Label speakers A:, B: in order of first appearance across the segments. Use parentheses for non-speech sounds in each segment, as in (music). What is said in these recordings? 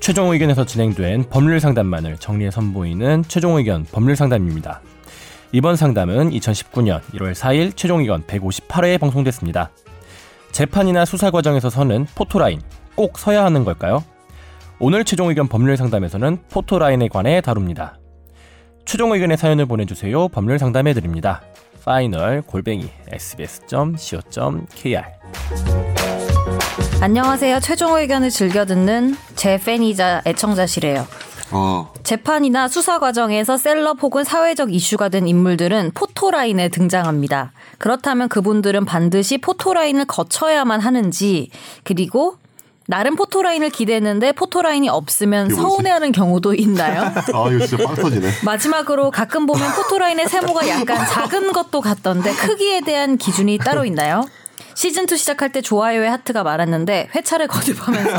A: 최종 의견에서 진행된 법률 상담만을 정리해 선보이는 최종 의견 법률 상담입니다. 이번 상담은 2019년 1월 4일 최종 의견 158회에 방송됐습니다. 재판이나 수사 과정에서 서는 포토라인 꼭 서야 하는 걸까요? 오늘 최종 의견 법률 상담에서는 포토라인에 관해 다룹니다. 최종 의견의 사연을 보내주세요. 법률 상담해 드립니다. 파이널 골뱅이 sbs.co.kr
B: 안녕하세요. 최종 의견을 즐겨 듣는 제 팬이자 애청자시래요.
C: 어,
B: 재판이나 수사 과정에서 셀럽 혹은 사회적 이슈가 된 인물들은 포토라인에 등장합니다. 그렇다면 그분들은 반드시 포토라인을 거쳐야만 하는지, 그리고 나름 포토라인을 기대했는데 포토라인이 없으면
C: 이거 뭐지?
B: 서운해하는 경우도 있나요?
C: 아 이거 진짜 빵 터지네.
B: 마지막으로 가끔 보면 포토라인의 세모가 약간 작은 것도 같던데 크기에 대한 기준이 따로 있나요? 시즌 2 시작할 때 좋아요의 하트가 많았는데 회차를 거듭하면서 (laughs)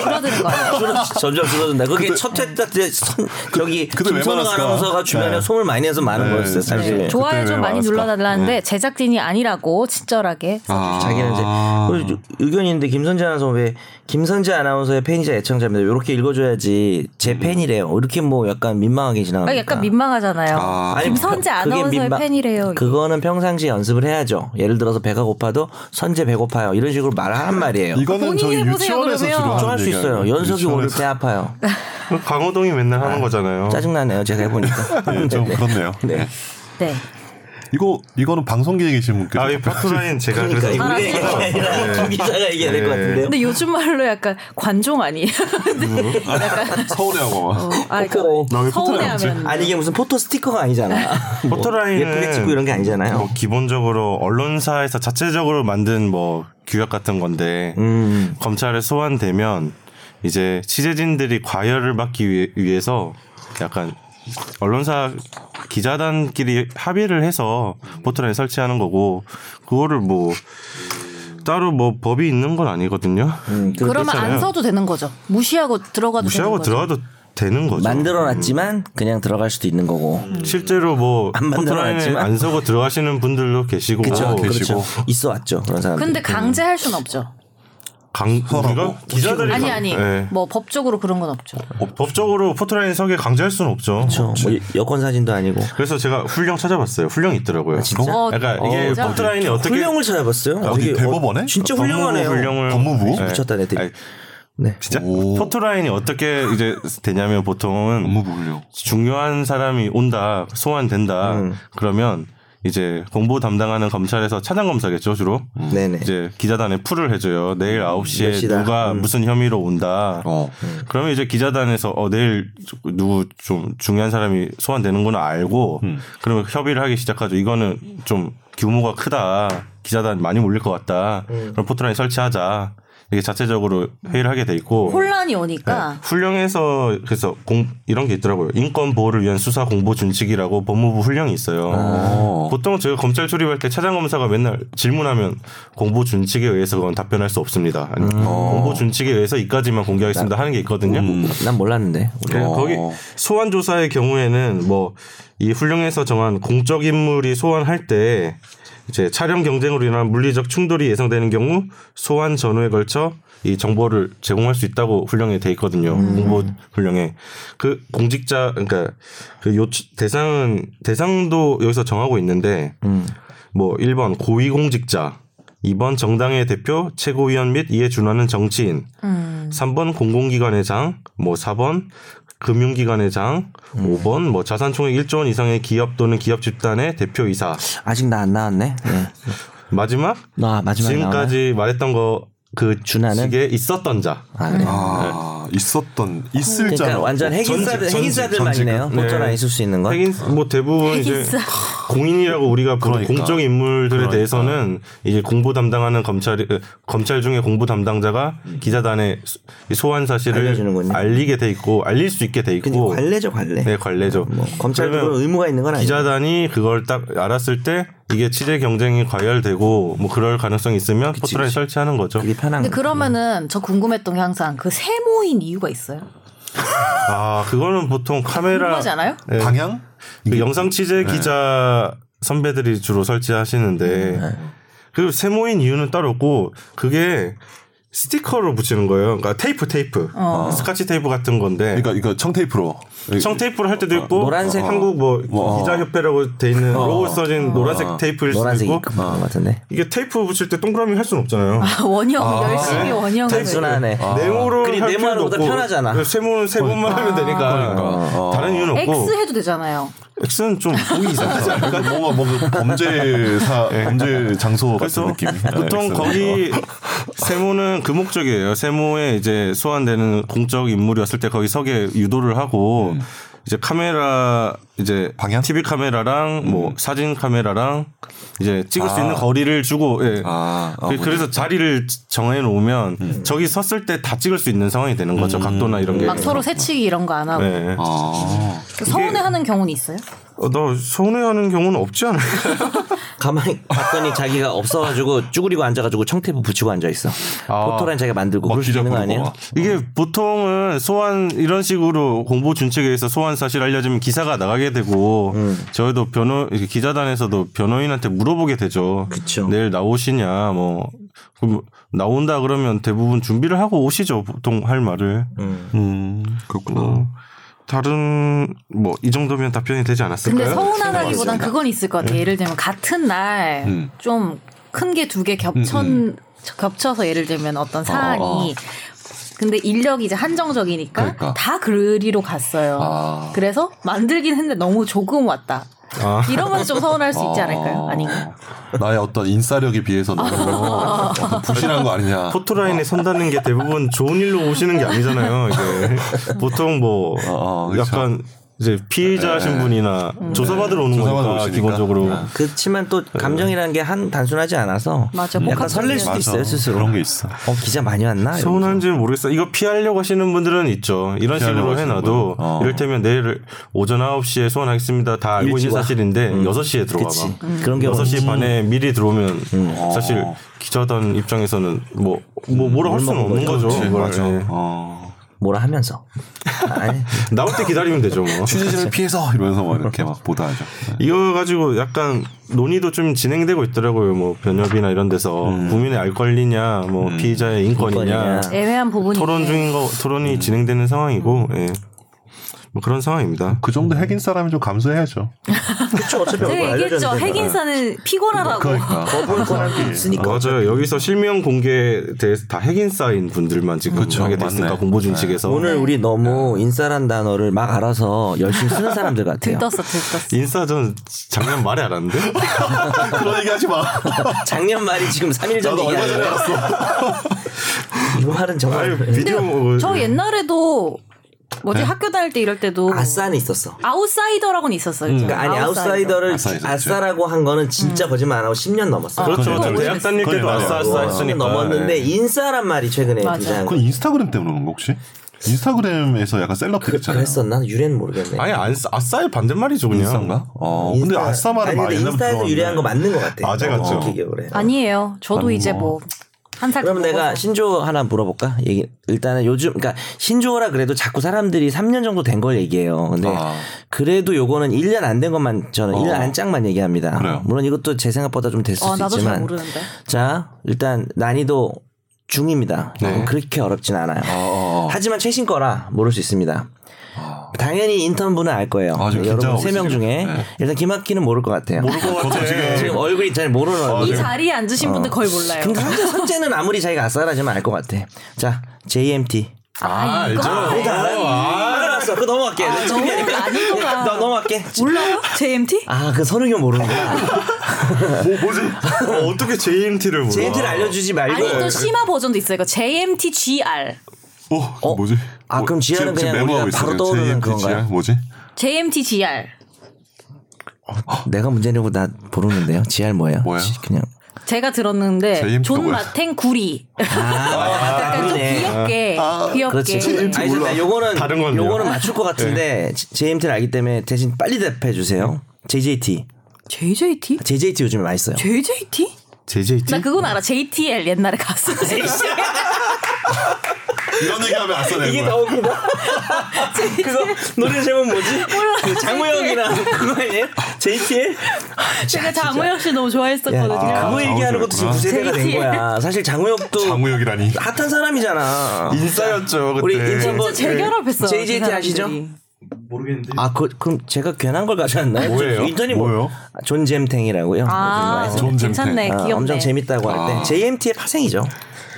B: 줄어드는 거예요.
D: 줄어- 점점 줄어든다. 그게 첫 회차 때 선- 저기
E: 그때 왜
D: 김선우
E: 많았을까?
D: 아나운서가 주변에
E: 네.
D: 소문을 많이 내서 많은
E: 네.
D: 거였어요. 사실.
E: 네. 조-
B: 좋아요
E: 그때
B: 좀
E: 왜
B: 많이
E: 많았을까?
B: 눌러달라는데 제작진이 아니라고 친절하게
C: 아,
D: 자기는 이제 그리고 의견인데 김선재 아나운서 왜 김선재 아나운서의 팬이자 애청자입니다. 이렇게 읽어줘야지 제 팬이래요. 이렇게 뭐 약간 민망하게 지나가니까.
B: 아, 약간 민망하잖아요.
C: 아. 아니,
B: 김선재
D: 그- 그게
B: 아나운서의
D: 민망-
B: 팬이래요.
D: 그거는 평상시 연습을 해야죠. 예를 들어서 배가 고파도 선재 배고파요. 이런 식으로 말을 하란 말이에요.
B: 본인이
E: 이거는 저희
B: 해보세요,
E: 유치원에서
B: 그러면.
E: 주로 하는
D: 좀 할 수
E: 얘기예요.
D: 있어요. 연속이 오를
E: 유치원에서.
D: 때 아파요.
E: 그 강호동이 맨날 하는 거잖아요.
D: 짜증나네요. 제가 해보니까.
E: 네, 어. 좀 그렇네요.
D: (laughs) 네.
B: 네.
C: 이거 이거는 방송계에 계신 분께서
E: 아, 이 파트라인 제가
D: 그러니까
E: 그래서
D: 우리 얘기가 아니라 김 (laughs) 기자가 얘기해야 될 것
E: 네.
D: 같은데요.
B: 근데 요즘 말로 약간 관종 아니에요?
C: 서운해하고 막.
B: (laughs) 아,
D: 포토라인.
E: 나왜 포토라인 없지?
B: 서운해하면
D: 아니 이게 무슨 포토 스티커가 아니잖아. 뭐
E: (laughs) 포토라인은
D: 예쁘게 찍고 이런 게 아니잖아요.
E: 뭐 기본적으로 언론사에서 자체적으로 만든 뭐 규약 같은 건데
D: 음.
E: 검찰에 소환되면 이제 취재진들이 과열을 막기 위- 위해서 약간 언론사 기자단끼리 합의를 해서 포털에 설치하는 거고 그거를 뭐 따로 뭐 법이 있는 건 아니거든요.
D: 음, 그
B: 그러면 안
E: 그렇잖아요.
B: 써도 되는 거죠. 무시하고 들어가도 되는
E: 무시하고
B: 거죠.
E: 들어가도 되는 거죠.
D: 만들어놨지만 그냥 들어갈 수도 있는 거고.
B: 음.
E: 실제로 뭐
D: 안
E: 포털에
D: 만들어놨지만.
E: 안 서고 들어가시는 분들도 계시고 뭐
D: 그렇죠.
E: 계시고
D: 그렇죠. 있어 왔죠. 그런 사람.
B: 근데 강제할 순 없죠.
E: 강 우리가 기자들이
B: 아니
E: 강-
B: 아니
E: 예.
B: 뭐 법적으로 그런 건 없죠.
E: 법- 법적으로 포토라인 석에 강제할 수는 없죠.
D: 그렇죠. 뭐 여권 사진도 아니고.
E: 그래서 제가 훈령 찾아봤어요. 훈령 이 있더라고요.
D: 진짜?
B: 어,
E: 약간 이게
B: 진짜?
E: 포트라인이 어떻게
D: 훈령을 찾아봤어요.
C: 어디
D: 되게
C: 대법원에?
D: 진짜
E: 아, 법무부
D: 훌륭하네요. 어,
E: 훈령을
C: 법무부?
E: 네.
D: 붙였다 애들이.
E: 아니,
D: 네.
E: 진짜 포트라인이 어떻게 이제 되냐면 보통은
C: 업무불려.
E: 중요한 사람이 온다, 소환된다.
D: 음.
E: 그러면 이제 공보 담당하는 검찰에서 차장 검사겠죠 주로.
D: 네네. 음,
E: 이제 기자단에 풀을 해줘요. 내일 9시에
D: 몇 시다. 음.
E: 누가 무슨 혐의로 온다.
C: 어.
E: 그러면 이제 기자단에서 어 내일 누구 좀 중요한 사람이 소환되는 건 알고 그러면 협의를 하기 시작하죠. 이거는 좀 규모가 크다. 기자단 많이 몰릴 것 같다.
D: 음.
E: 그럼 포트라인 설치하자. 이게 자체적으로 회의를 하게 돼 있고
B: 혼란이
E: 네.
B: 오니까
E: 훈령에서 그래서 공 이런 게 있더라고요. 인권 보호를 위한 수사 공보 준칙이라고 법무부 훈령이 있어요. 보통 제가 검찰 출입할 때 차장 검사가 맨날 질문하면 공보 준칙에 의해서 그건 답변할 수 없습니다. 아니 공보 준칙에 의해서 이까지만 공개하겠습니다 하는 게 있거든요.
D: 난 몰랐는데. 어,
E: 그 거기 소환 조사의 경우에는 뭐 이 훈령에서 정한 공적 인물이 소환할 때 이제 촬영 경쟁으로 인한 물리적 충돌이 예상되는 경우 소환 전후에 걸쳐 이 정보를 제공할 수 있다고 훈령에 돼 있거든요. 공보 훈령에 그 공직자 그러니까 그 요청 대상은 대상도 여기서 정하고 있는데 뭐 1번 고위공직자 2번 정당의 대표, 최고위원 및 이에 준하는 정치인, 3번 공공기관의 장, 뭐 4번 금융기관의 장,
D: 음.
E: 5번 뭐 자산총액 1조 원 이상의 기업 또는 기업 집단의 대표이사.
D: 아직 나 안 나왔네. 네.
E: 마지막
D: 나 아, 마지막에
E: 지금까지 말했던 거그
D: 준하는?
E: 에 있었던 자.
D: 나오나? 아, 그래.
C: 아 있었던 있을 자.
D: 그러니까 완전 핵인사들
E: 어, 전직,
D: 핵인사들만이네요.
E: 전직.
D: 포토라
E: 네.
D: 있을 수 있는 건.
E: 하긴 뭐 대부분 이제 공인이라고 우리가 보는
C: 그러니까.
E: 공적 인물들에 대해서는 이제 공보 담당하는 검찰이 으, 검찰 중에 공보 담당자가 기자단에 소- 소환 사실을
D: 알려주는군요.
E: 알리게 돼 있고 알릴 수 있게 돼
D: 근데
E: 있고
D: 관례죠 관례.
E: 네 관례죠.
D: 검찰도
E: 그러면
D: 그런 의무가 있는 건 아니죠.
E: 기자단이 그걸 딱 알았을 때 이게 취재 경쟁이 과열되고 뭐 그럴 가능성이 있으면 포털에 설치하는 거죠.
D: 그게 편한
B: 근데
D: 거.
B: 그러면은 저 궁금했던 게 항상 그 세모인 이유가 있어요.
E: 아 그거는 보통 카메라
B: 궁금하지 않아요?
E: 네.
C: 방향?
E: 그 영상 취재
D: 네.
E: 기자 선배들이
D: 네.
E: 주로 설치하시는데 그 세모인 이유는 따로 없고 그게 스티커로 붙이는 거예요. 그러니까 테이프 테이프 스카치 테이프 같은 건데
C: 그러니까 이거 네. 청테이프로.
E: 청테이프로 할 때도 있고
D: 어, 노란색. 어.
E: 한국 뭐
C: 어.
E: 기자협회라고 돼 있는 로고 써진 노란색 테이프일 수도
D: 노란색
E: 있고
D: 입금
C: 어.
D: 같은데.
E: 이게 테이프 붙일 때 동그라미 할 수는 없잖아요.
B: 원형 열심히 원형을
D: 단순하네.
C: 어.
E: 네모로
D: 아. 그리 그러니까 네모
E: 할 필요도
D: 하나보다
E: 없고 그
D: 편하잖아. 그러니까. 어.
E: 세모는 세 번만 하면 되니까 다른 이유는 없고
B: X 해도 되잖아요.
D: (laughs)
E: X는 좀 보기 이상하지 않아요?
C: 그러니까 뭔가 뭔가 (laughs) 범죄사 범죄 장소 같은
E: 그래서
C: 느낌.
E: 보통
C: 네,
E: 거기 세모는 그 목적이에요. 세모에 이제 소환되는 공적 인물이었을 때 거기 서게 유도를 하고 이제 카메라 이제
C: 음. 방향? 음.
E: TV 카메라랑 뭐 사진 카메라랑 이제 찍을 수 있는 거리를 주고 예.
C: 아, 아,
E: 그-
C: 뭐지? 음.
E: 그래서 자리를 정해 놓으면 저기 섰을 때 다 찍을 수 있는 상황이 되는 거죠. 각도나 이런 게.
B: 막 서로 새치기 이런 거 안 하고 그
E: 예.
C: 아.
B: 서운해하는 경우는 있어요?
E: 어, 너 손해하는 경우는 없지 않을까?
D: 가만히 봤더니 자기가 없어가지고 쭈그리고 앉아가지고 청테이프 붙이고 앉아 있어. 포토라인 자기가 만들고
C: 막
D: 그럴 수 있는 거
C: 뒤적거리고
D: 아니에요?
C: 막.
E: 이게 보통은 소환 이런 식으로 공보 준칙에서 소환 사실 알려지면 기사가 나가게 되고
C: 음.
E: 저희도 변호 이렇게 기자단에서도 변호인한테 물어보게 되죠.
D: 그쵸.
E: 내일 나오시냐 뭐 그럼 나온다 그러면 대부분 준비를 하고 오시죠 보통 할 말을. 어.
C: 음, 그렇구나.
E: 다른 뭐 이 정도면 답변이 되지 않았을까요?
B: 근데 서운하다기보단 그건 있을 것 같아요. 예를 들면 같은 날
C: 음.
B: 좀 큰 게 두 개 겹쳐 겹쳐서 예를 들면 어떤 사안이 근데 인력이 이제 한정적이니까
C: 그러니까.
B: 다 그리로 갔어요.
C: 아.
B: 그래서 만들긴 했는데 너무 조금 왔다.
D: 아.
B: 이러면 좀 서운할 수 있지
D: 어.
B: 않을까요? 아닌가?
C: 나의 어떤 인싸력에 비해서 너무
B: 아.
C: 어떤 부실한 거 아니냐.
E: 포토라인에 선다는 게 대부분 좋은 일로 오시는 게 아니잖아요. 이게 보통 뭐
C: 어, 어, 그쵸.
E: 약간 이제 피해자신 분이나 조사받으러 오는
C: 조사받으러
E: 거니까
C: 오시니까.
E: 기본적으로
C: 아.
D: 그렇지만 또 감정이라는 게 한 단순하지 않아서
B: 맞아, 복합적이야.
D: 약간 설렐 수도
C: 맞아.
D: 있어요 스스로.
C: 그런 게 있어.
D: 어 기자 많이
C: 네.
D: 왔나?
E: 서운한지는 모르겠어. 이거 피하려고 하시는 분들은 있죠. 이런
C: 피하려고
E: 식으로
C: 하시는
E: 해놔도
C: 분들. 어.
E: 이를테면 내일 오전 9시에 소환하겠습니다. 다 알고 있는
D: 일찍 와.
E: 사실인데
C: 음.
E: 6시에 들어와
D: 그치.
E: 봐.
D: 음. 그런 경우
E: 6시
D: 있지.
E: 반에 미리 들어오면
C: 음.
E: 사실 기자단 입장에서는 뭐, 뭐 뭐라 할 수는
D: 물 먹은
E: 없는 거죠.
D: 거지.
E: 그걸.
D: 음. 맞아.
E: 예.
C: 어. (laughs)
D: 뭐라 하면서. 아니
E: 나올 때 기다리면 되죠. 뭐.
C: 취재진을 피해서 이러면서 막 이렇게 막 보도하죠. 네.
E: 이거 가지고 약간 논의도 좀 진행되고 있더라고요. 뭐 변협이나 이런 데서 국민의 알 권리냐, 뭐 피의자의 인권이냐
D: 인권이냐.
B: 애매한 부분이
E: 토론
B: 있네.
E: 중인 거 토론이 진행되는 상황이고 예. 뭐 그런 상황입니다.
C: 그 정도
D: 음.
C: 핵인 사람이 좀 감수해야죠.
D: 그쵸 어차피
B: 제가
D: 얼굴
B: 네, 얘기했죠.
D: 알려줬는데.
B: 핵인사는 피곤하다고.
C: 그러니까.
D: 거부할 권한도
E: 아,
D: 있으니까.
E: 맞아요. 여기서 실명 공개에 대해서 다 핵인싸인 분들만 지금
C: 그쵸,
E: 하게 됐으니까
C: 맞네.
E: 공보 준칙에서
D: 오늘 우리 너무 인싸란 단어를 막 알아서 열심히 쓰는 사람들 같아요.
B: 들떴어, 들떴어.
E: 인싸 전 작년 말에 알았는데
C: 그런 얘기 하지 마.
D: 작년 말이 지금 3일 전
C: 나도
D: 얘기
C: 얼마 전에
D: 아니에요?
C: 알았어.
D: 이 말은 정말 네.
E: 아니, 비디오 뭐-
B: 저 옛날에도 뭐지 학교 다닐 때 이럴 때도
D: 그 아싸는 있었어.
B: 아웃사이더라고는 있었어요.
D: 그러니까 아니 아웃사이더를
C: 아웃사이더죠.
D: 아싸라고 한 거는 진짜 거짓말 안 하고 10년 넘었어.
E: 그렇죠.
B: 그건
E: 대학 다닐 때도
C: 그건
E: 아싸 아싸
C: 알아요.
E: 했으니까
D: 넘었는데
E: 예.
D: 인싸란 말이 최근에
B: 맞아.
D: 등장한 거.
C: 네. 그건 인스타그램 때문에 그런 거 혹시? 인스타그램에서 약간 셀럽들 있잖아요.
D: 그랬었나? 유래는 모르겠네.
E: 아니 안- 아싸의 반대말이죠 그냥
C: 인싸인가? 어. 근데
D: 인싸-
C: 아싸 말은
D: 아니,
C: 많이
D: 근데 인싸에서 유래한 거 맞는 것 같아.
C: 아재 같죠.
D: 그렇게 기억을 해.
B: 아니에요. 저도 이제 뭐 한 살
D: 음, 어. 그럼 내가 신조어 하나 물어볼까? 얘기 일단은 요즘 그러니까 신조어라 그래도 자꾸 사람들이 3년 정도 된 걸 얘기해요. 근데
C: 아. 어.
D: 그래도 요거는 1년 안 된 것만 저는 1년 안짝만 얘기합니다.
C: 그래요.
D: 물론 이것도 제 생각보다 좀 됐을
B: 어,
D: 수
B: 나도 잘
D: 있지만
B: 모르는데.
D: 자 일단 난이도 중입니다. 그렇게 어렵진 않아요.
C: 네. 어, 어.
D: 하지만 최신 거라 모를 수 있습니다. 당연히 인턴분은 알 거예요.
C: 아, 지금 긴장하고
D: 여러분 세 명
C: 있어요,
D: 중에
C: 지금. 네.
D: 일단 김학기는 모를 것 같아요.
C: 모를 것 같아.
D: 지금 얼굴이 잘 모르는
C: 아,
D: 얼굴.
B: 이 자리에 앉으신 분들 거의 몰라요.
D: 아, 어. 근데 선재, 선재는 아무리 자기가 아싸라지만 알 것 같아. 자, JMT.
B: 아, 이거
D: 그거 알아요? 알았어. 그거 넘어갈게. 나
B: 아, 너무
D: 준비하니까.
B: 아니구나.
D: 나 넘어갈게.
B: 몰라요? JMT?
D: 아, 그 선우경 모르는구나.
E: 뭐 뭐지? 어, 어떻게 JMT를 몰라?
D: JMT를 알려주지 말고.
B: 아니 또 심화 버전도 있어요. 이거 JMT GR,
C: 어, 그 뭐지?
D: 아,
C: 뭐,
D: 그럼 지하는
C: 지금- 지금
D: 그냥
C: 메모하고
D: 우리가 바로
C: 있어요.
D: 떠오르는
C: JMT
D: 그건가요?
C: 지하? 뭐지?
B: JMT GR,
D: 내가 문제냐고 나 모르는데요. GR 뭐예요?
C: 뭐예요?
D: 지- 그냥.
B: 제가 들었는데
C: JMT 가
B: 존
C: 뭐야?
B: 마탱 구리. (laughs) 약간 좀
D: 그러네.
B: 귀엽게 귀엽게.
D: 아, 그렇지. 아니,
C: 몰라.
D: 나 요거는
E: 다른 건데요.
D: 요거는 맞출 것 같은데 JMT를 알기 때문에 대신 빨리 대답해 주세요. JJT.
B: JJT?
D: JJT 요즘에 많이 써요.
B: JJT?
E: JJT?
B: 나
D: 네.
B: 그건 알아. JTL 옛날에 가수 JC.
C: 이런 얘기하면 아싸 뭐. 내는 거야.
D: 웃기다. 그거 노래 제목 뭐지? 그
B: (laughs)
D: 장우영이랑 그거 아니에요? JTL?
B: 제가 장우영 씨 너무
D: 야,
B: 좋아했었거든요.
C: 아,
D: 예, 그거 얘기하는 것도
B: 장우영이었구나.
D: 지금 구세대가 된 거야. 사실 장우혁도
C: 장우혁이라니.
D: 핫한 사람이잖아.
C: 인싸였죠 그때.
D: 우리
E: 네.
D: 뭐 인싸 한번
B: 진짜 재결합했어요.
D: JJT
B: 그
D: 아시죠?
B: 사람들이.
D: 아, 그, 그럼 제가 괜한 걸 가져왔나요?
C: 뭐예요?
D: 인턴이 뭐-
C: 뭐예요?
D: 아, 존잼탱이라고요. 뭐
B: 아,
C: 요즘 많이
B: 괜찮네.
D: 아,
B: 귀엽네.
D: 엄청 재밌다고 할 때.
C: 아.
D: JMT의 파생이죠.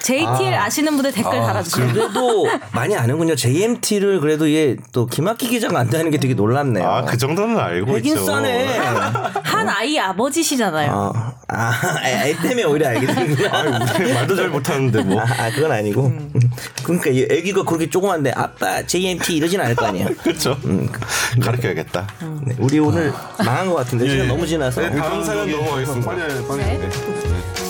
B: JTL 아. 시는 분들 댓글 달아주세요.
D: 그래도 많이 아는군요. JMT를 그래도 얘 또 김학기 기자가 안다는 게 되게 놀랍네요.
E: 아 그 정도는 알고 있죠.
D: 백인싸네.
B: 한 아이 아버지시잖아요.
D: 어, 아, 애 때문에 오히려 알게 되는구나.
E: 아이, 우리 (laughs) 말도 잘 못하는데 뭐.
D: 아, 아, 그건 아니고. 그러니까 이 애기가 그렇게 조그만데 아빠 JMT 이러진 않을 거 아니에요.
E: 그렇죠.
D: 음,
E: 가르쳐야겠다.
D: 네, 우리 오늘 망한 것 같은데 시간 너무 지나서.
E: 네, 다음 사연 넘어가겠습니다.
C: 빨리 빨리. 네.